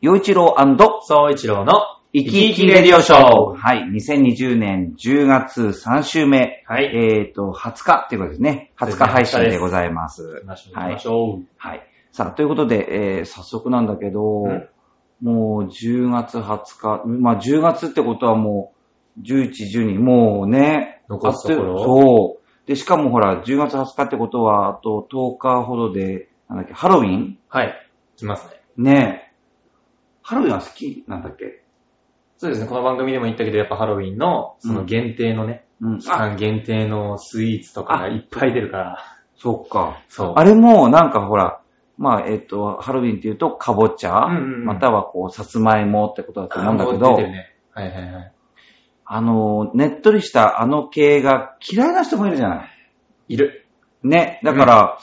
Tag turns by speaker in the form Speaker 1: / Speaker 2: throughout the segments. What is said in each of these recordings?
Speaker 1: 洋一郎
Speaker 2: 総一郎の
Speaker 1: 生き生きレディオショー。はい。2020年10月3週目。
Speaker 2: はい
Speaker 1: えっ、と、20日っていうことですね。20日配信でございます。
Speaker 2: 行きましょう、行
Speaker 1: は
Speaker 2: き
Speaker 1: い
Speaker 2: まし。ょう。
Speaker 1: はい。さあ、ということで、えー早速なんだけど、
Speaker 2: うん
Speaker 1: もう10月20日、まあ10月ってことはもう11、12、もうね、
Speaker 2: 残すところ
Speaker 1: あっというそう。で、しかもほら、10月20日ってことは、あと10日ほどで、なんだっけ、ハロウィン
Speaker 2: はい。来ますね。
Speaker 1: ねえ。ハロウィンは好きなんだっけ
Speaker 2: そうですね、この番組でも言ったけど、やっぱハロウィンの、その限定のね、
Speaker 1: うん
Speaker 2: 期
Speaker 1: あ、
Speaker 2: 間限定のスイーツとかがいっぱい出るから、
Speaker 1: そっか。
Speaker 2: そう。
Speaker 1: あれも、なんかほら、まあ、えっ、と、ハロウィンっていうと、かぼちゃ、
Speaker 2: うんうんうん
Speaker 1: またはこう、さつまいもってことだと思うんだけ
Speaker 2: あも
Speaker 1: ど
Speaker 2: う出て、るねはいはいはい。
Speaker 1: あの、ねっとりしたあの系が嫌いな人もいるじゃない。
Speaker 2: いる。
Speaker 1: ね。だから、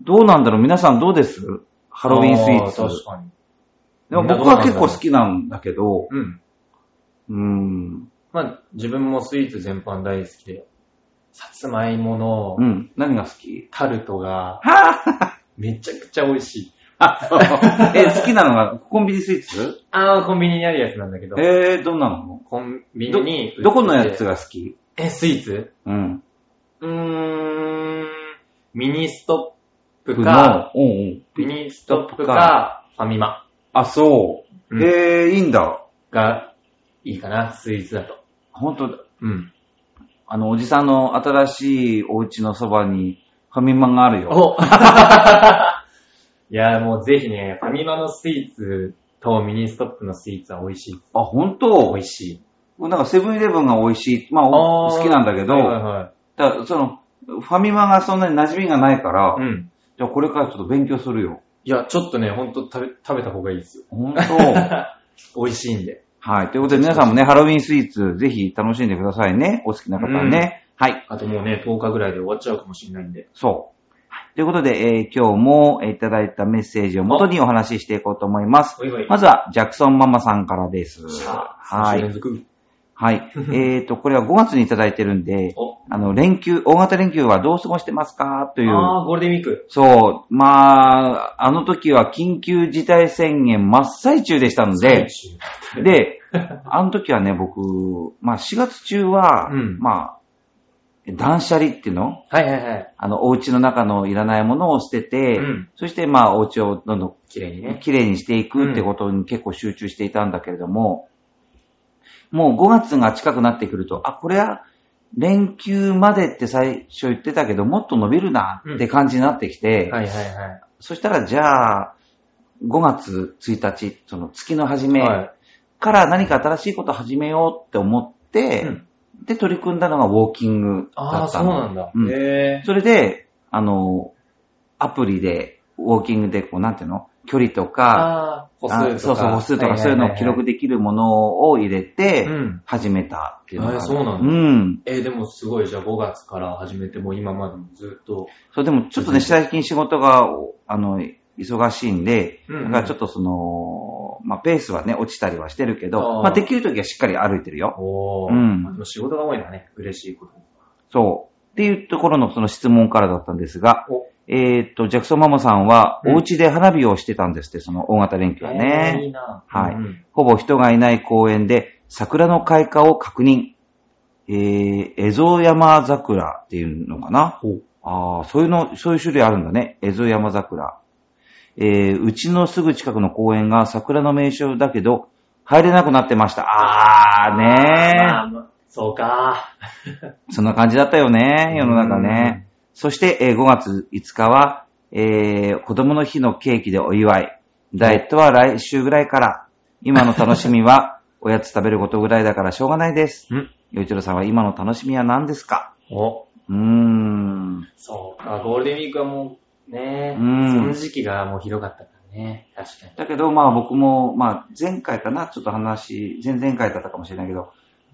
Speaker 1: どうなんだろう皆さんどうですハロウィンスイー
Speaker 2: あ
Speaker 1: ツ
Speaker 2: 確。かに。
Speaker 1: でも僕は結構好きなんだけど、
Speaker 2: うん。
Speaker 1: うん。
Speaker 2: まあ、自分もスイーツ全般大好きで、さつまいもの
Speaker 1: うん。何が好き
Speaker 2: タルトが
Speaker 1: は
Speaker 2: めちゃくちゃ美味しい。
Speaker 1: ぁえ、好きなのがコンビニスイーツ
Speaker 2: ああ、コンビニにあるやつなんだけど、
Speaker 1: えー、どんなの
Speaker 2: コンビニ
Speaker 1: ど
Speaker 2: に売ってて
Speaker 1: どこのやつが好き
Speaker 2: え、スイーツ
Speaker 1: うん。
Speaker 2: うーん、ミニストップか、
Speaker 1: のうんうん。
Speaker 2: ミニストップか、ファミマ
Speaker 1: あ、そう。
Speaker 2: うん
Speaker 1: えー、いいんだ。
Speaker 2: がいいかな、スイーツだと。
Speaker 1: 本当だ
Speaker 2: うん。
Speaker 1: あの、おじさんの新しいお家のそばにファミマがあるよ。
Speaker 2: おいや、もうぜひね、ファミマのスイーツとミニストップのスイーツは美味しい。
Speaker 1: あ、本当
Speaker 2: 美味しい。
Speaker 1: なんかセブンイレブンが美味しい。まあ、
Speaker 2: あ
Speaker 1: お
Speaker 2: ー
Speaker 1: 好きなんだけど、
Speaker 2: はいはいはい
Speaker 1: だからその、ファミマがそんなに馴染みがないから、
Speaker 2: うん。
Speaker 1: じゃあこれからちょっと勉強するよ。
Speaker 2: いや、ちょっとね、ほんと食べ、食べた方がいいですよ。
Speaker 1: 本 当
Speaker 2: 美味しいんで。
Speaker 1: はい。ということで皆さんもね、ハロウィンスイーツぜひ楽しんでくださいね。お好きな方はね。はい。
Speaker 2: あともうね、10日ぐらいで終わっちゃうかもしれないんで。
Speaker 1: そう。はいということで、えー今日もえーいただいたメッセージを元にお話ししていこうと思います。
Speaker 2: おいおい。
Speaker 1: まずは、ジャクソンママさんからです。
Speaker 2: さあ、
Speaker 1: は
Speaker 2: 三週
Speaker 1: い
Speaker 2: 連。続。
Speaker 1: はい。えーと、これは5月にいただいてるんで、
Speaker 2: お、
Speaker 1: あの、連休、大型連休はどう過ごしてますかという
Speaker 2: ああ、ゴールデンウィーク。
Speaker 1: そう。まあ、あの時は緊急事態宣言真っ最中でしたので、で、あの時はね、僕、まあ4月中は、
Speaker 2: うん
Speaker 1: まあ、断捨離っていうの
Speaker 2: はいはいはい。
Speaker 1: あの、お家の中のいらないものを捨てて、
Speaker 2: うん
Speaker 1: そしてまあ、お家をどんどん
Speaker 2: 綺麗にね。
Speaker 1: 綺麗にしていくってことに結構集中していたんだけれども、もう5月が近くなってくると、あ、これは連休までって最初言ってたけど、もっと伸びるなって感じになってきて、
Speaker 2: はいはいはい。
Speaker 1: そしたらじゃあ、5月1日、その月の初め
Speaker 2: はい
Speaker 1: から何か新しいこと始めようって思って、
Speaker 2: うん
Speaker 1: で、取り組んだのがウォーキング
Speaker 2: あ
Speaker 1: だ
Speaker 2: あ、
Speaker 1: っ
Speaker 2: そ
Speaker 1: た
Speaker 2: う
Speaker 1: の。
Speaker 2: なんだ。
Speaker 1: うん
Speaker 2: へえ。
Speaker 1: それで、あの、アプリで、ウォーキングで、こう、なんていうの距離とか、
Speaker 2: ああ、歩
Speaker 1: あ
Speaker 2: 数とか。
Speaker 1: そうそう、歩数とかそういうのを記録
Speaker 2: で。
Speaker 1: できるものを入れて
Speaker 2: う、ん。
Speaker 1: 始めたっていうのがある。
Speaker 2: あそうなんだ
Speaker 1: うん。
Speaker 2: えー、でもすごい、じゃあ5月から始めて、もう今までもずっと。
Speaker 1: そう、でもちょっとね、最近仕事が、おあの、忙しいんで、
Speaker 2: うんうん
Speaker 1: だからちょっとその、まあ、ペースはね、落ちたりはしてるけど、
Speaker 2: あー
Speaker 1: まあ、できるときはしっかり歩いてるよ。
Speaker 2: おー。
Speaker 1: うん
Speaker 2: まあでも仕事が多いのはね、嬉しいことに。
Speaker 1: そう。っていうところのその質問からだったんですが
Speaker 2: お、
Speaker 1: えーっと、ジャクソンママさんは、
Speaker 2: うん
Speaker 1: お家で花火をしてたんですって、その大型連休は
Speaker 2: えーい
Speaker 1: ね。
Speaker 2: いな。
Speaker 1: はい
Speaker 2: うん
Speaker 1: ほぼ人がいない公園で、桜の開花を確認。えー、エゾヤマ桜っていうのかな
Speaker 2: ほう
Speaker 1: ああ、そういうの、そういう種類あるんだね。エゾヤマ桜。えー、うちのすぐ近くの公園が桜の名所だけど、入れなくなってました。あー
Speaker 2: ま
Speaker 1: ね
Speaker 2: あまあそうか。
Speaker 1: ー。そんな感じだったよね、世の中ね。そして、えー5月5日は、えー、子供の日のケーキでお祝い。ダイエットは来週ぐらいから。今の楽しみ は、おやつ食べることぐらいだからしょうがないです。
Speaker 2: うん。
Speaker 1: よいちろさんは今の楽しみは何ですか
Speaker 2: お、
Speaker 1: うーん。
Speaker 2: そうか。ゴールデンウィークはもう、ね、
Speaker 1: うん
Speaker 2: その時期がもうひどかったからね。確かに。
Speaker 1: だけど、まあ僕も、まあ前回かな、ちょっと話、前々回だったかもしれないけど、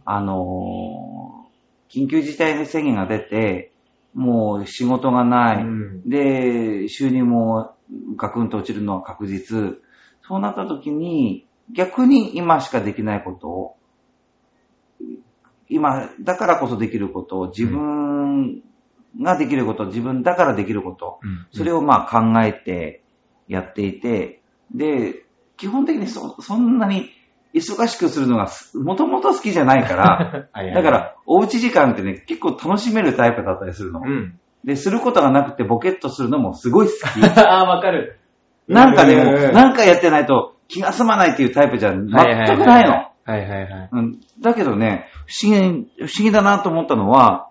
Speaker 1: あのー緊急事態宣言が出て、もう仕事がない、
Speaker 2: うん
Speaker 1: で、収入もガクンと落ちるのは確実。そうなった時に、逆に今しかできないことを、今だからこそできることを、自分ができること、自分だからできること、それ
Speaker 2: を、
Speaker 1: をまあ考えてやっていて、で、昨基本的にそそんなに忙しくするのがす、もともと好きじゃないから、
Speaker 2: はいはい
Speaker 1: だから、おうち時間ってね、結構楽しめるタイプだったりするの。
Speaker 2: うん。
Speaker 1: で、することがなくてボケっとするのもすごい好き。
Speaker 2: ああ、わかる。
Speaker 1: なんかでも
Speaker 2: う
Speaker 1: う、
Speaker 2: ん
Speaker 1: なんかやってないと気が済まないっていうタイプじゃ全くないの。
Speaker 2: はいはいはい。
Speaker 1: うんだけどね、不思議、不思議だなと思ったのは、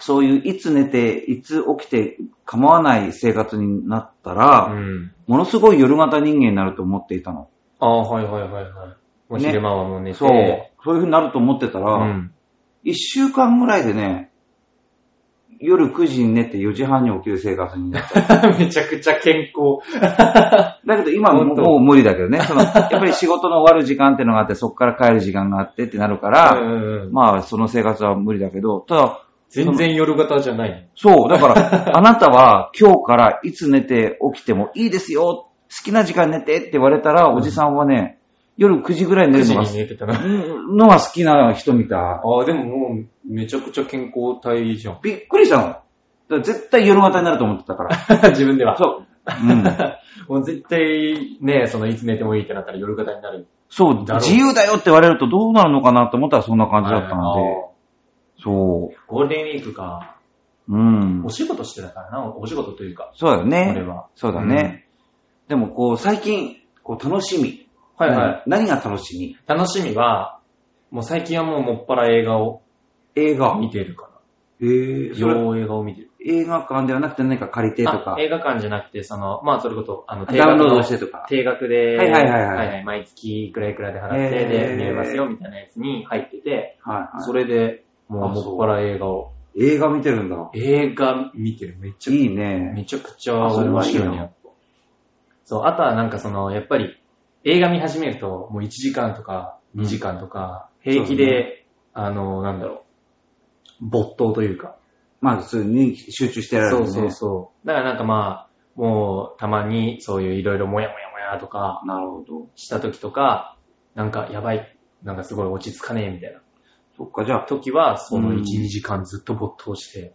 Speaker 1: そういういつ寝て、いつ起きて構わない生活になったら、
Speaker 2: うん。
Speaker 1: ものすごい夜型人間になると思っていたの。
Speaker 2: ああ、はいはいはいはい。もう
Speaker 1: ね
Speaker 2: 昼間はもう寝て。
Speaker 1: そう。そういう風になると思ってた
Speaker 2: う
Speaker 1: ら、
Speaker 2: ん。
Speaker 1: 一、週間ぐらいでね、夜9時に寝て4時半に起きる生活になった。
Speaker 2: めちゃくちゃ健康。
Speaker 1: だけど今も
Speaker 2: 本当
Speaker 1: もう無理だけどね。その、やっぱり仕事の終わる時間ってのがあって、そこから帰る時間があってってなるから、
Speaker 2: うんうんうん
Speaker 1: まあその生活は無理だけど、ただ、
Speaker 2: 全然夜型じゃない。
Speaker 1: そう、だ から、あなたは今日からいつ寝て起きてもいいですよ、好きな時間寝てって言われたら、おじさんはね、夜9時ぐらいに寝
Speaker 2: 9
Speaker 1: る
Speaker 2: 時
Speaker 1: のが
Speaker 2: に寝てたな。
Speaker 1: うんのが好きな人みたい。
Speaker 2: ああ、でももう、めちゃくちゃ健康体じゃん。
Speaker 1: びっくりしたの。だから絶対夜型になると思ってたから。
Speaker 2: 自分では。
Speaker 1: そう。うん、
Speaker 2: もう絶対、ね、その、いつ寝てもいいってなったら夜型になる。
Speaker 1: そう、
Speaker 2: だろう
Speaker 1: 自由だよって言われるとどうなるのかなと思ったらそんな感じだったので。
Speaker 2: あ
Speaker 1: そ
Speaker 2: あゴールデンウィークか。
Speaker 1: う。うん
Speaker 2: お。仕事してたからな、お仕事というか、
Speaker 1: そうだよ
Speaker 2: 俺
Speaker 1: ね。
Speaker 2: は。
Speaker 1: そうだね。でもこう、最近、こう、楽しみ。
Speaker 2: はいはい。
Speaker 1: 何が楽しみ
Speaker 2: 楽しみは、もう最近はもうもっぱら映画を
Speaker 1: 映画。
Speaker 2: 見てるか
Speaker 1: えー
Speaker 2: ら。
Speaker 1: それ
Speaker 2: 洋映画を見てる。
Speaker 1: 映画館ではなくて何か借りてとか
Speaker 2: あ、映画館じゃなくて、その、まあ、それこそ、あの、。
Speaker 1: ダウンロードしててとか。
Speaker 2: 定額で、
Speaker 1: はいはいはいはい
Speaker 2: 毎月いくらいくらで払って、
Speaker 1: へー
Speaker 2: で、見れますよ、みたいなやつに入ってて、
Speaker 1: はいはい
Speaker 2: それで、もう
Speaker 1: あそう
Speaker 2: もっぱら映画を。
Speaker 1: 映画見てるんだ。
Speaker 2: 映画見てる、めっちゃ
Speaker 1: いいね。
Speaker 2: めちゃくちゃ面白いね、やっぱ。そう、あとはなんかその、やっぱり、映画見始めると、もう1時間とか
Speaker 1: うん
Speaker 2: 2時間とか、平気
Speaker 1: そうだ
Speaker 2: で、あの、なんだろう、没頭というか。
Speaker 1: まあ、普通に集中してられる
Speaker 2: そ
Speaker 1: ね。
Speaker 2: うそうそう。だからなんかまあ、もう、たまにそういういろいろもやもやもやとか、
Speaker 1: なるほど。
Speaker 2: した時とか、なんかやばい、なんかすごい落ち着かねえみたいな
Speaker 1: そっか、じゃあ、
Speaker 2: 時は、その
Speaker 1: うん
Speaker 2: 1、2時間ずっと没頭して、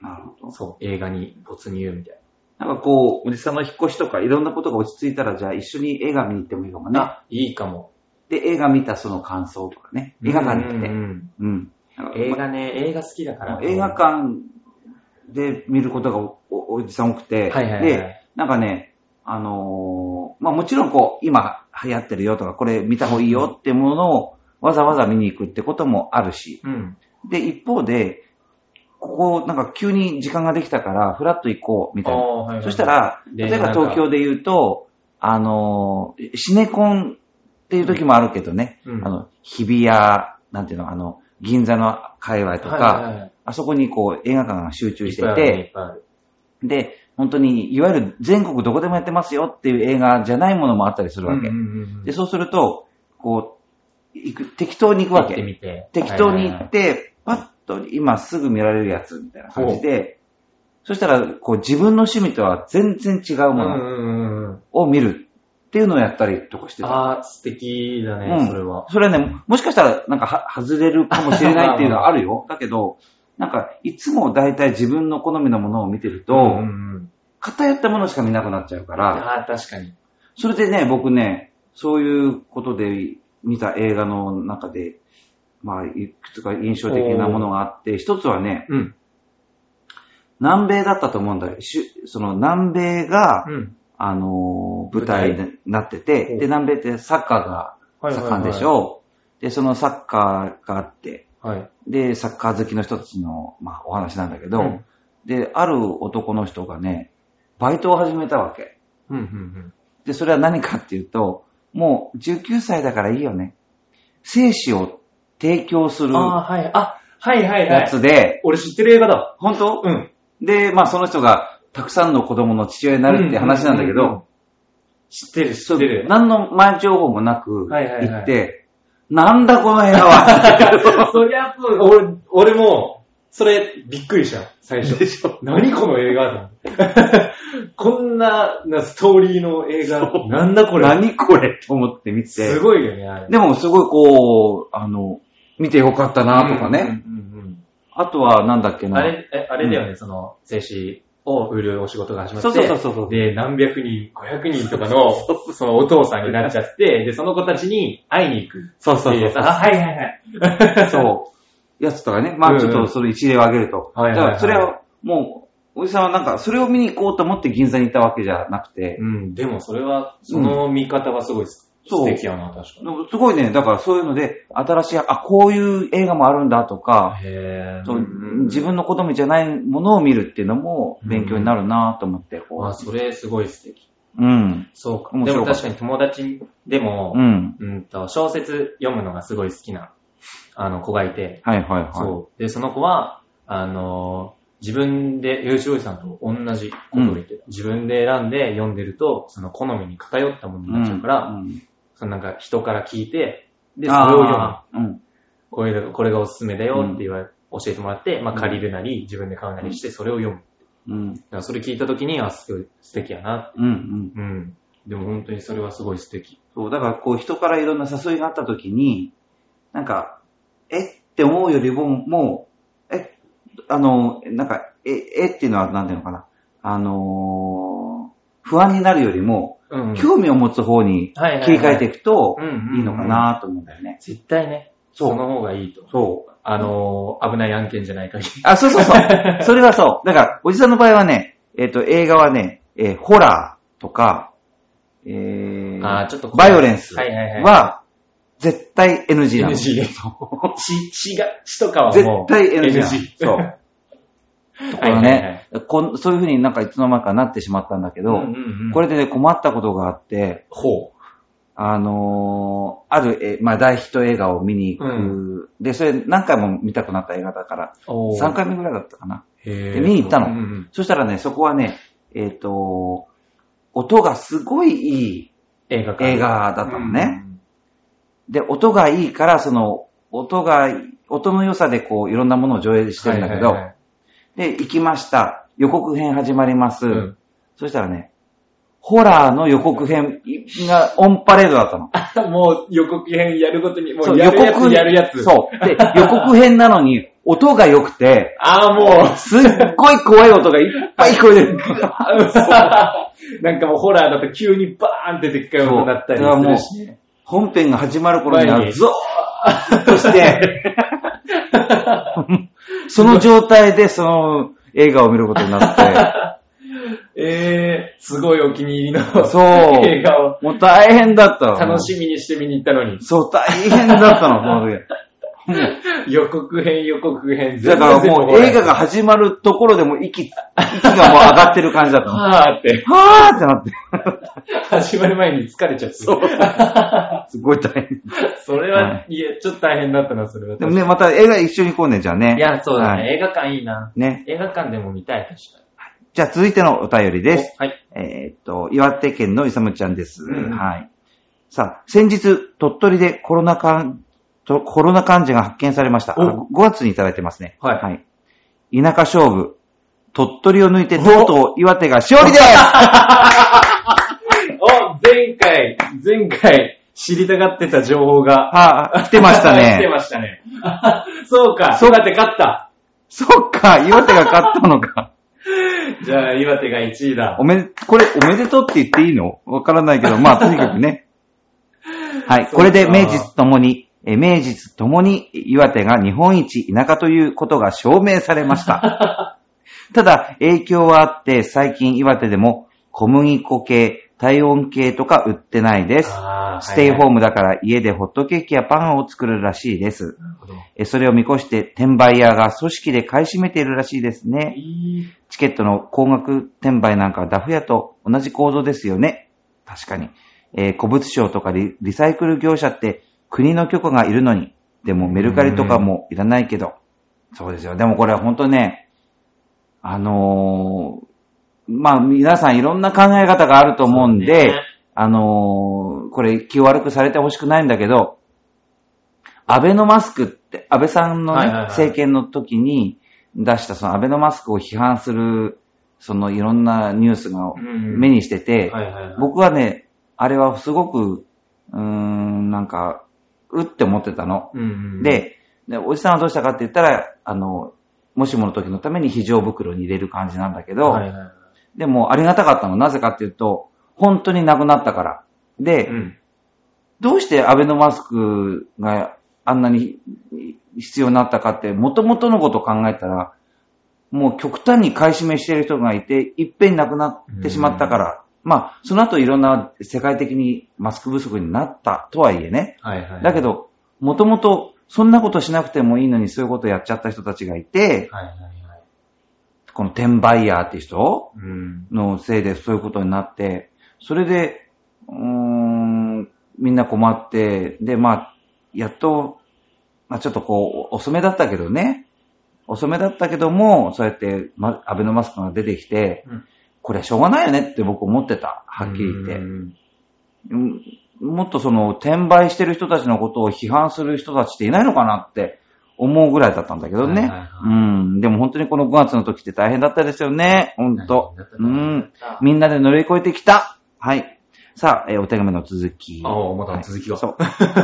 Speaker 1: なるほど。
Speaker 2: そう、映画に没入みたい
Speaker 1: なんかこう、おじさんの引っ越しとかいろんなことが落ち着いたら、じゃあ一緒に映画見に行ってもいいかも
Speaker 2: な。
Speaker 1: ね。
Speaker 2: あ、いいかも。
Speaker 1: で、映画見たその感想とかね。映画館に行っ
Speaker 2: う
Speaker 1: て。
Speaker 2: んうん
Speaker 1: うん。なんか
Speaker 2: 映画ね、映画好きだから。
Speaker 1: 映画館で見ることがおおおじさん多くて、
Speaker 2: はいはいはい
Speaker 1: で、なんかね、あのーまあもちろんこう、今流行ってるよとか、これ見た方がいいよってものをわざわざ見に行くってこともあるし、
Speaker 2: うん。
Speaker 1: で、一方で、ここ、なんか急に時間ができたから、フラッと行こうみたいな。
Speaker 2: ああ
Speaker 1: そした、ら、
Speaker 2: で
Speaker 1: 例えば
Speaker 2: なんか
Speaker 1: 東京で言うと、あのーシネコンっていう時もあるけどね、
Speaker 2: うん
Speaker 1: あの、日比谷、なんていうの、あの、銀座の界隈と
Speaker 2: と
Speaker 1: か、
Speaker 2: か、
Speaker 1: あそこにこう映画館が集中
Speaker 2: い
Speaker 1: し
Speaker 2: ってぱいあるねい
Speaker 1: て、
Speaker 2: っぱいある。
Speaker 1: で、本当にいわゆる全国どこでもやってますよっていう映画じゃないものもあったりするわけ。
Speaker 2: うんうんうんうん
Speaker 1: で、そうすると、こう、行く、適当に行くわ
Speaker 2: 行って
Speaker 1: け。
Speaker 2: みて。
Speaker 1: 適当に
Speaker 2: はい
Speaker 1: 行
Speaker 2: は
Speaker 1: っ
Speaker 2: い
Speaker 1: て、パッと今すぐ見られるやつみたいな感じで、そしたら、こう自分の趣味とは全然違う
Speaker 2: は
Speaker 1: も
Speaker 2: い
Speaker 1: の
Speaker 2: うんうんうんうん。
Speaker 1: を見るっていうのをやったりとかしてた。
Speaker 2: ああ、素敵だ
Speaker 1: うん
Speaker 2: ね、それは。
Speaker 1: それはね、もしかしたらなんかは外れるかもしれないっていうのはある よ。だけど、なんかいつも大体自分の好みのものを見てると、
Speaker 2: うんうんうん
Speaker 1: 偏ったものしか見なくなっちゃうから、
Speaker 2: ああ、確かに。
Speaker 1: それでね、僕ね、そういうことで見た映画の中で、まあ、いくつか印象的なものがあって、一つはね、
Speaker 2: うん。
Speaker 1: 南米だったと思うんだよ。しゅその南米が、
Speaker 2: うん。
Speaker 1: あのー、舞
Speaker 2: 舞
Speaker 1: 台
Speaker 2: 台
Speaker 1: になって
Speaker 2: お
Speaker 1: て、で、
Speaker 2: う
Speaker 1: 南米ってサッカーが盛んでしょ、で、そのサッカーがあって、
Speaker 2: はい。
Speaker 1: で、サッカー好きの人たちの、まあ、お話なんだけど、
Speaker 2: うん
Speaker 1: で、ある男の人がね、バイトを始めたわけ。
Speaker 2: うんうん
Speaker 1: で、それは何かっていうと、もう19歳だからいいよね。精子を提供す
Speaker 2: う
Speaker 1: る
Speaker 2: ん。ああ、はい。あ、はいはいは
Speaker 1: や
Speaker 2: い。
Speaker 1: つで、
Speaker 2: 俺知ってる映画だ。
Speaker 1: 本当
Speaker 2: うん。
Speaker 1: で、まあその人がたくさんの子供の父親になるって話なんだけ
Speaker 2: うんうんうん
Speaker 1: ど、
Speaker 2: 知ってる、知
Speaker 1: そ
Speaker 2: っ
Speaker 1: う
Speaker 2: てる。
Speaker 1: 何の前情報もなく行
Speaker 2: はいはいはい
Speaker 1: って、なんだこの部屋は
Speaker 2: そりゃそう、俺、俺も、それ、びっくりした、最初。何この映画だこん な、な、ストーリーの映画、なんだこれ。
Speaker 1: 何これと思って見
Speaker 2: す
Speaker 1: て、
Speaker 2: ごいよね、あれ。
Speaker 1: でもすごいこう、あの、見てよかったなとかね。
Speaker 2: うんうんうんうん
Speaker 1: あとはなんだっけな。
Speaker 2: あれ、え、あれだよね、その、精子を売るお仕事が始まって、
Speaker 3: そうそうそうそう。
Speaker 2: で、何百人、500人とかの、そのお父さんになっちゃって、で、その子たちに会いに行くって
Speaker 3: そうそうそ
Speaker 2: いうう。あ、はいはいはい。
Speaker 1: そう。やつとかね。まあちょっ
Speaker 2: うんう
Speaker 1: と
Speaker 2: ん
Speaker 1: その一例を挙げると。
Speaker 2: はいはいはい
Speaker 1: だからそれを、もう、おじさんはなんか、それを見に行こうと思って銀座に行ったわけじゃなくて、
Speaker 2: うん、でもそれは、その見方はすごい素
Speaker 1: そう
Speaker 2: 敵やな、確か
Speaker 1: で
Speaker 2: に。
Speaker 1: もすごいね、だからそういうので、新しい、あ、こういう映画もあるんだとか、
Speaker 2: へ
Speaker 1: そう自分の好みじゃないものを見るっていうのも勉強になるなと思って、
Speaker 2: ま
Speaker 1: こ
Speaker 2: あ、それすごい素敵。
Speaker 1: う。うん。
Speaker 2: そうか。
Speaker 1: 面
Speaker 2: で
Speaker 1: 白
Speaker 2: も
Speaker 1: かった
Speaker 2: 確かに友達でも
Speaker 1: う、ん。
Speaker 2: うんと、小説読むのがすごい好きな、あの、子がいて、
Speaker 1: はいはいはい。
Speaker 2: そう。で、その子は、あのー、自分で、ゆうちおじさんと同じことを言ってた。自分で選んで読んでると、その好みに偏ったものになっちゃうから、
Speaker 1: うん
Speaker 2: そのなんか人から聞いて、で、それを読む。
Speaker 1: あーうん。
Speaker 2: これがこれがおすすめだよって言われ、教えてもらって、まあ借りるなり、自分で買うなりして、それを読
Speaker 1: う
Speaker 2: む。
Speaker 1: ん。
Speaker 2: だからそれ聞いた時に、あ、すごい素敵やな。
Speaker 1: うん。うん。
Speaker 2: うん。でも本当にそれはすごい素敵。
Speaker 1: そう、だからこう人からいろんな誘いがあった時に、なんか、えって思うよりも、もう、え、あの、なんか、え、えっていうのはなんていうのかな。あのー不安になるよりも、
Speaker 2: うん
Speaker 1: 興味を持つ方に
Speaker 2: はいはいはい
Speaker 1: 切り替えていくと
Speaker 2: うんうんうん
Speaker 1: いいのかなと思うんだよね。
Speaker 2: 絶対ね、
Speaker 1: そう
Speaker 2: その方がいいと。
Speaker 1: そう。
Speaker 2: あのー危ない案件じゃない限り。
Speaker 1: あ、そうそう そう。それはそう。だから、おじさんの場合はね、えっ、と、映画はね、えーホラーとか、えー
Speaker 2: あーちょっと
Speaker 1: バイオレンス
Speaker 2: はいはいはい
Speaker 1: は、絶対 NG なの。
Speaker 2: NG で。 血、血が、血とかは
Speaker 1: 絶
Speaker 2: もう。
Speaker 1: 対 NG なの。
Speaker 2: NG
Speaker 1: そう。とこ
Speaker 2: は
Speaker 1: ろ
Speaker 2: いはいはい
Speaker 1: ね、こんそういうふうになんかいつの間にかなってしまったんだけど、
Speaker 2: うんうんうん
Speaker 1: これでね、困ったことがあって、
Speaker 2: ほ
Speaker 1: あのーある、えまあ、大ヒット映画を見に行く、で、それ何回も見たくなった映画だから、
Speaker 2: う。お
Speaker 1: 3回目ぐらいだったかな。
Speaker 2: で
Speaker 1: で見に行ったの
Speaker 2: うんうん、
Speaker 1: そしたらね、そこはね、えっ、と、音がすごいいい
Speaker 2: 映画館
Speaker 1: 映画だったのね。
Speaker 2: うんうん
Speaker 1: で、音がいいから、その、音が、音の良さでこう、いろんなものを上映してるんだけど、
Speaker 2: はいはいはい
Speaker 1: で、行きました。予告編始まります。
Speaker 2: うん
Speaker 1: そしたらね、ホラーの予告編がオンパレードだったの。
Speaker 2: もう予告編やるごとに、も
Speaker 1: そう
Speaker 2: うやるやつやるやつ。
Speaker 1: そう。 で、予告編なのに、音が良くて、
Speaker 2: ああ、もう、
Speaker 1: すっごい怖い音がいっぱい聞こえてる。
Speaker 2: なんかもうホラーだと急にバーンってでっかい音だったり
Speaker 1: そうだからもう
Speaker 2: するしね。
Speaker 1: 本編が始まる頃に
Speaker 2: 前
Speaker 1: は
Speaker 2: に
Speaker 1: ゾーッとして、 その状態でその映画を見ることになっ
Speaker 2: えー、すごいお気に入りの
Speaker 1: て、そ
Speaker 2: 映画を
Speaker 1: う。もう大変だったの
Speaker 2: 楽しみにして見に行ったのに、
Speaker 1: そう、大変だったの、その時。もう
Speaker 2: 予告編予告編
Speaker 1: だからもう映画が
Speaker 2: は
Speaker 1: 始まるところでもう息、息がもう上がってる感じ だったの。は
Speaker 2: ぁーって、
Speaker 1: ぁーってなって。
Speaker 2: 始まる前に疲れちゃって。そう。
Speaker 1: すごい大変。
Speaker 2: それ
Speaker 1: は
Speaker 2: は、いや、ちょっと大変だったな、それは。
Speaker 1: でもね、また映画一緒に行こうね、じゃあね。
Speaker 2: いや、そうだ
Speaker 1: はい
Speaker 2: ね。映画館いいな。
Speaker 1: ね。
Speaker 2: 映画館でも見たい、確
Speaker 1: じゃあ続いてのお便り
Speaker 2: か
Speaker 1: で
Speaker 2: に
Speaker 1: す。。
Speaker 2: おはい。
Speaker 1: えーっと、岩手県のいさむちゃんです。
Speaker 2: うん
Speaker 1: はい。さあ、先日、鳥取でコロナ患とコロナ患者が発見されました。あ5
Speaker 2: お
Speaker 1: 月にいただいてますね。
Speaker 2: はい
Speaker 1: はい。田舎勝負。鳥取を抜いて、とうとう岩手が勝利です
Speaker 2: お、前回、前回、知りたがってた情報が。
Speaker 1: あ、来てましたね。
Speaker 2: 来てましたね。そうか。
Speaker 1: そう
Speaker 2: 岩手勝った。
Speaker 1: そっか、岩手が勝ったのか。
Speaker 2: じゃあ、岩手が1位だ
Speaker 1: お。めで、これ、おめでとうって言っていいのわからないけど、まあ、とにかく ね。はい、
Speaker 2: そうか
Speaker 1: これで名実ともに、え名実ともに岩手が日本一田舎ということが証明されました。 ただ、影響はあって、最近岩手でも小麦粉系、体温系とか売ってないです。
Speaker 2: あー
Speaker 1: ステイホー
Speaker 2: ム。
Speaker 1: ムだから家でホットケーキやパンを作るらしいです。
Speaker 2: なるほど
Speaker 1: えそれを見越して転売屋が組織で買い占めているらしいですね。チケットの高額転売なんかはダフ屋と同じ構造ですよね。確かに。えー古物商とかリリサイクル業者って国の許可がいるのに、でもメルカリとかもいらないけど、そうですよ。でもこれは本当ね、あのーまあ皆さんいろんな考え方があると思うんで、
Speaker 2: そうね
Speaker 1: あのーこれ気を悪くされてほしくないんだけど、アベノマスクって、安倍さんのね、
Speaker 2: はいはいはい
Speaker 1: 政権の時に出したそのアベノマスクを批判する、そのいろんなニュースが
Speaker 2: うん
Speaker 1: 目にしてて、
Speaker 2: はいはいはい。
Speaker 1: 僕はね、あれはすごく、うーん、なんか、うって思ってたの。
Speaker 2: うんうん、
Speaker 1: で、でおじさんはどうしたかって言ったら、あの、もしもの時のために非常袋に入れる感じなんだけど、
Speaker 2: はいはいは
Speaker 1: でもありがたかったのなぜかっていうと、本当になくなったから。
Speaker 2: い。
Speaker 1: で、
Speaker 2: うん。
Speaker 1: どうしてアベノマスクがあんなに必要になったかって、元々のことを考えたら、もう極端に買い占めしてる人がいて、いっぺんになくなってしまったから、まあ、その後いろんな世界的にマスク不足になったとはいえね、
Speaker 2: はいはい。
Speaker 1: だけど、もともとそんなことしなくてもいいのにそういうことやっちゃった人たちがいて、
Speaker 2: はいはいはい。
Speaker 1: この転売ヤーって人
Speaker 2: うん。
Speaker 1: のせいでそういうことになって、それで、うーん、みんな困って、で、まあ、やっと、まあちょっとこう、遅めだったけどね、遅めだったけども、そうやって、ま、アベノマスクが出てきて、
Speaker 2: うん
Speaker 1: これはしょうがないよねって僕思ってた、はっきり言って。
Speaker 2: うん
Speaker 1: うんもっとその転売してる人たちのことを批判する人たちっていないのかなって思うぐらいだったんだけどね。
Speaker 2: はいはいはい
Speaker 1: うん。でも本当にこの5月の時って大変だったですよね。本当
Speaker 2: 大変だった。
Speaker 1: う
Speaker 2: 大変だ
Speaker 1: ん
Speaker 2: っ。た
Speaker 1: みんなで乗り越えてきた。はい。さあ、えーお手紙の続き。
Speaker 2: ああ、まだ続きが。
Speaker 1: そう。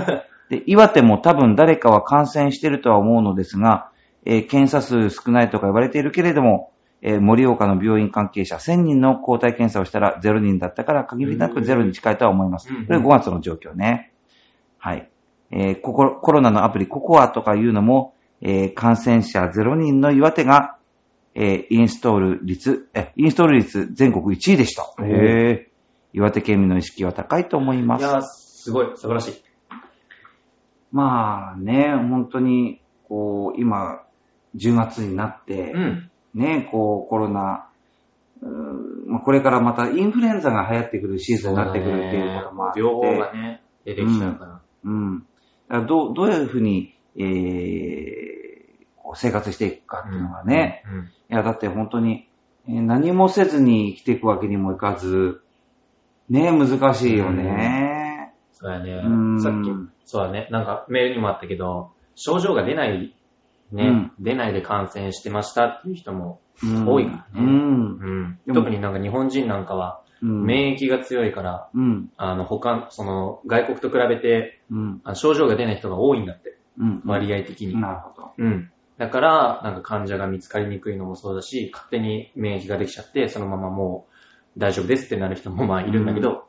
Speaker 1: で、岩手も多分誰かは感染してるとは思うのですが、えー検査数少ないとか言われているけれども、えー盛岡の病院関係者1000人の抗体検査をしたら0人だったから限りなく0に近いとは思います。
Speaker 2: うん
Speaker 1: これ5月の状況ね。はい。えーコココロナのアプリココアとかいうのも、えー感染者0人の岩手が、えーインストール率、え、インストール率全国1位でした。
Speaker 2: おー
Speaker 1: へー岩手県民の意識は高いと思います。
Speaker 2: いやー、すごい、素晴らしい。
Speaker 1: まあね、本当に、こう、今、10月になって、
Speaker 2: ん。
Speaker 1: ね、こう、コロナ、うーんまあこれからまたインフルエンザが流行ってくるシーズンになってくるっていうこともあって、
Speaker 2: 両方がね、出てきちゃうから。
Speaker 1: うん。だからどう、どういうふうに、えーこう生活していくかっていうのがね、
Speaker 2: うん。
Speaker 1: いや、だって本当に、えー何もせずに生きていくわけにもいかず、ね、難しいよね。
Speaker 2: そうやね
Speaker 1: うん。
Speaker 2: さっき、そうだね。なんかメールにもあったけど、症状が出ない、ね、
Speaker 1: うん
Speaker 2: 出ないで感染してましたっていう人も、
Speaker 1: うん
Speaker 2: 多いか
Speaker 1: う
Speaker 2: らね
Speaker 1: ん
Speaker 2: うん。
Speaker 1: でも
Speaker 2: 特になんか日本人なんかは、
Speaker 1: うん。
Speaker 2: 免疫が強いから、
Speaker 1: うん。
Speaker 2: あの、他、その、外国と比べて、
Speaker 1: うん。
Speaker 2: あ症状が出ない人が多いんだって。
Speaker 1: うん。
Speaker 2: 割合的に。
Speaker 1: なるほど。
Speaker 2: うん。だから、なんか患者が見つかりにくいのもそうだし、勝手に免疫ができちゃって、そのままもう大丈夫ですってなる人もまあいるんだけど、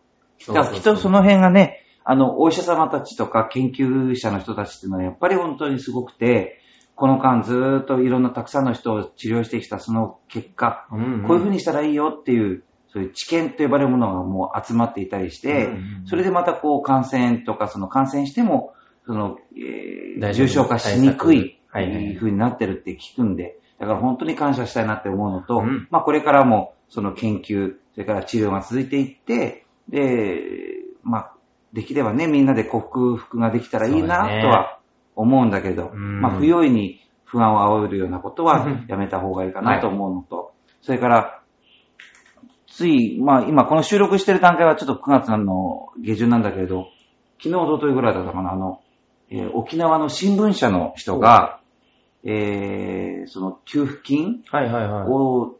Speaker 1: だからきっとその辺がね、あの、お医者様たちとか研究者の人たちっていうのはやっぱり本当にすごくて、この間ずーっといろんなたくさんの人を治療してきたその結果、
Speaker 2: うんうん、
Speaker 1: こういうふう
Speaker 2: に
Speaker 1: にしたらいいよっていう、そういう知見と呼ばれるものがもう集まっていたりして、それでまたこう感染とか、その感染しても、その、えー
Speaker 2: 大丈夫
Speaker 1: 重症化しにくい、
Speaker 2: 対策はいはいは
Speaker 1: い
Speaker 2: い
Speaker 1: う風になってるって聞くんで、だから本当に感謝したいなって思うのと、
Speaker 2: うん
Speaker 1: まあこれからもその研究、それから治療が続いていって、で、まあ、できればね、みんなで克服ができたらいい
Speaker 2: そうだ
Speaker 1: な
Speaker 2: ね
Speaker 1: とは思うんだけど、
Speaker 2: うん
Speaker 1: まあ不用意に不安を煽るようなこと は
Speaker 2: うん
Speaker 1: やめた方がいいかなと思うのと、それから、つい、まあ今この収録してる段階はちょっと9月の下旬なんだけれど、昨日、おとといぐらいだったかな、あの、えー沖縄の新聞社の人が、えーその給付金
Speaker 2: はいはいはい。
Speaker 1: を、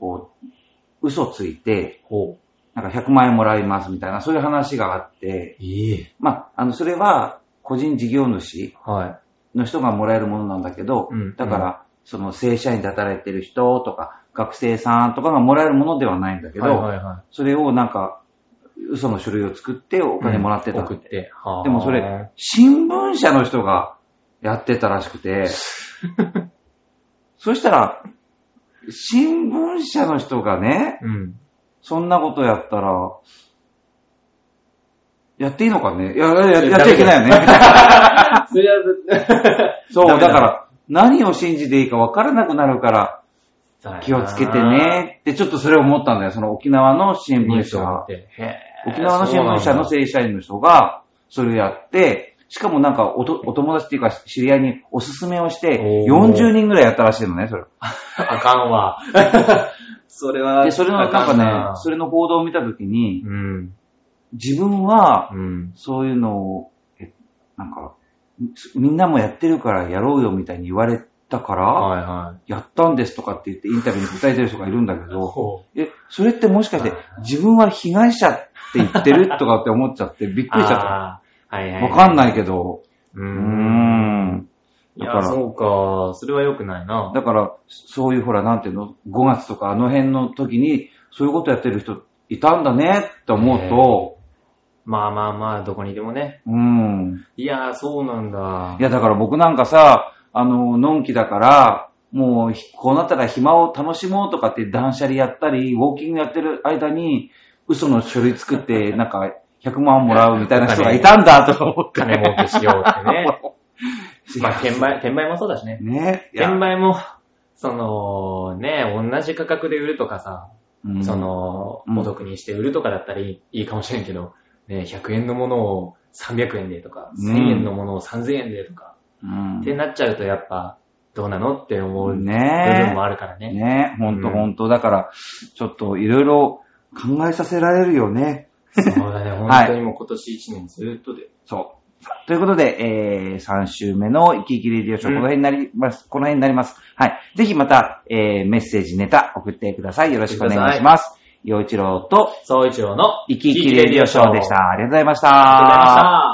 Speaker 1: こう、嘘ついて、
Speaker 2: ほ
Speaker 1: なんか100万円もらいますみたいな、そういう話があって、
Speaker 2: う。いい。
Speaker 1: まあ、あの、それは個人事業主
Speaker 2: は
Speaker 1: の人がもらえるものなんだけど、
Speaker 2: うん
Speaker 1: だから、その正社員で働いてる人とか、学生さんとかがもらえるものではないんだ
Speaker 2: い。
Speaker 1: けど、
Speaker 2: はいはいは
Speaker 1: それをなんか、嘘の書類を作ってお
Speaker 2: い。
Speaker 1: 金もらってた
Speaker 2: うん送って。はあ
Speaker 1: でもそれ、、新聞社の人がやってたらしく て、そしたら、新聞社の人がね、
Speaker 2: うん。
Speaker 1: そんなことやったら、やっていいのかねいや、いや
Speaker 2: い
Speaker 1: や
Speaker 2: や
Speaker 1: っちゃいけないよね。
Speaker 2: それは、
Speaker 1: そう、
Speaker 2: ダ
Speaker 1: だか
Speaker 2: メだ
Speaker 1: ら、何を信じていいか分からなくなるから、 気をつけて。ね。って、ちょっとそれを思ったんだよ。その沖縄の新
Speaker 2: ニュ
Speaker 1: 聞
Speaker 2: ース
Speaker 1: 社
Speaker 2: を持って。へえ
Speaker 1: 沖縄の新聞社の
Speaker 2: い。
Speaker 1: 正社員の人が、それをやって、しかもなんかおと、お友達っていうか、知り合いにおすすめをして、
Speaker 2: おー
Speaker 1: 40人ぐらいやったらしいのね、それ。
Speaker 2: あか んわ。それは、
Speaker 1: で、それのなん
Speaker 2: あ
Speaker 1: か
Speaker 2: な
Speaker 1: ね、それの報道を見たときに
Speaker 2: う、ん。
Speaker 1: 自分は、
Speaker 2: うん。
Speaker 1: そういうのを、えなんか、みんなもやってるからやろうよみたいに言われたから、
Speaker 2: はいはい。
Speaker 1: やったんですとかって言ってインタビューに答えてる人がいるんだけど、
Speaker 2: ほ
Speaker 1: え、それってもしかして
Speaker 2: はい
Speaker 1: 自分は被害者って言ってるとかって思っちゃってびっ
Speaker 2: う
Speaker 1: くりしちゃっ
Speaker 2: あーはいは
Speaker 1: た。
Speaker 2: い。
Speaker 1: わかんないけど、
Speaker 2: う
Speaker 1: うー
Speaker 2: ん。
Speaker 1: ん。
Speaker 2: い
Speaker 1: だ
Speaker 2: や
Speaker 1: か、ら
Speaker 2: そうか。それは良くないな。
Speaker 1: だから、そういうほら、なんていうの、5月とかあの辺の時に、そういうことやってる人いたんだねって思うと、
Speaker 2: まあまあまあ、どこにでもね。
Speaker 1: うん。
Speaker 2: いやー、そうなんだ
Speaker 1: い。や、だから僕なんかさ、あの、のんきだから、もうひ、こうなったら暇を楽しもうとかって断捨離やったり、ウォーキングやってる間に、嘘の書類作って、 なんか、100万もらうみたいな人がいたんだとか思って。
Speaker 2: 金儲けしようってね。 まあ、転売、転売もそうだしね。
Speaker 1: ね。いや
Speaker 2: 転売も、その、ね、同じ価格で売るとかさ、
Speaker 1: うん
Speaker 2: その
Speaker 1: うん、
Speaker 2: お得にして売るとかだったらいいいいかもしれんけど、ね、100円のものを300円でとか、
Speaker 1: うん
Speaker 2: 1000円のものを3000円でとか、
Speaker 1: うん
Speaker 2: ってなっちゃうとやっぱ、どうなのって思う部
Speaker 1: ね
Speaker 2: 分もあるからね。
Speaker 1: ね、ほんと
Speaker 2: うん
Speaker 1: ほんと。だから、ちょっといろいろ考えさせられるよね。
Speaker 2: そ うだね、本当にもう今年1年ずっとで。
Speaker 1: そう。ということで、えー、3週目の生き生きレディオショー、
Speaker 2: うん
Speaker 1: この辺になります。この辺になります。はい。ぜひまた、えー、メッセージ、ネタ送ってください。よろしくお願いします。陽一郎と、
Speaker 2: 総一郎の
Speaker 1: 生き生きレディオショーでした。ありがとうございました。
Speaker 2: ありがとうございました。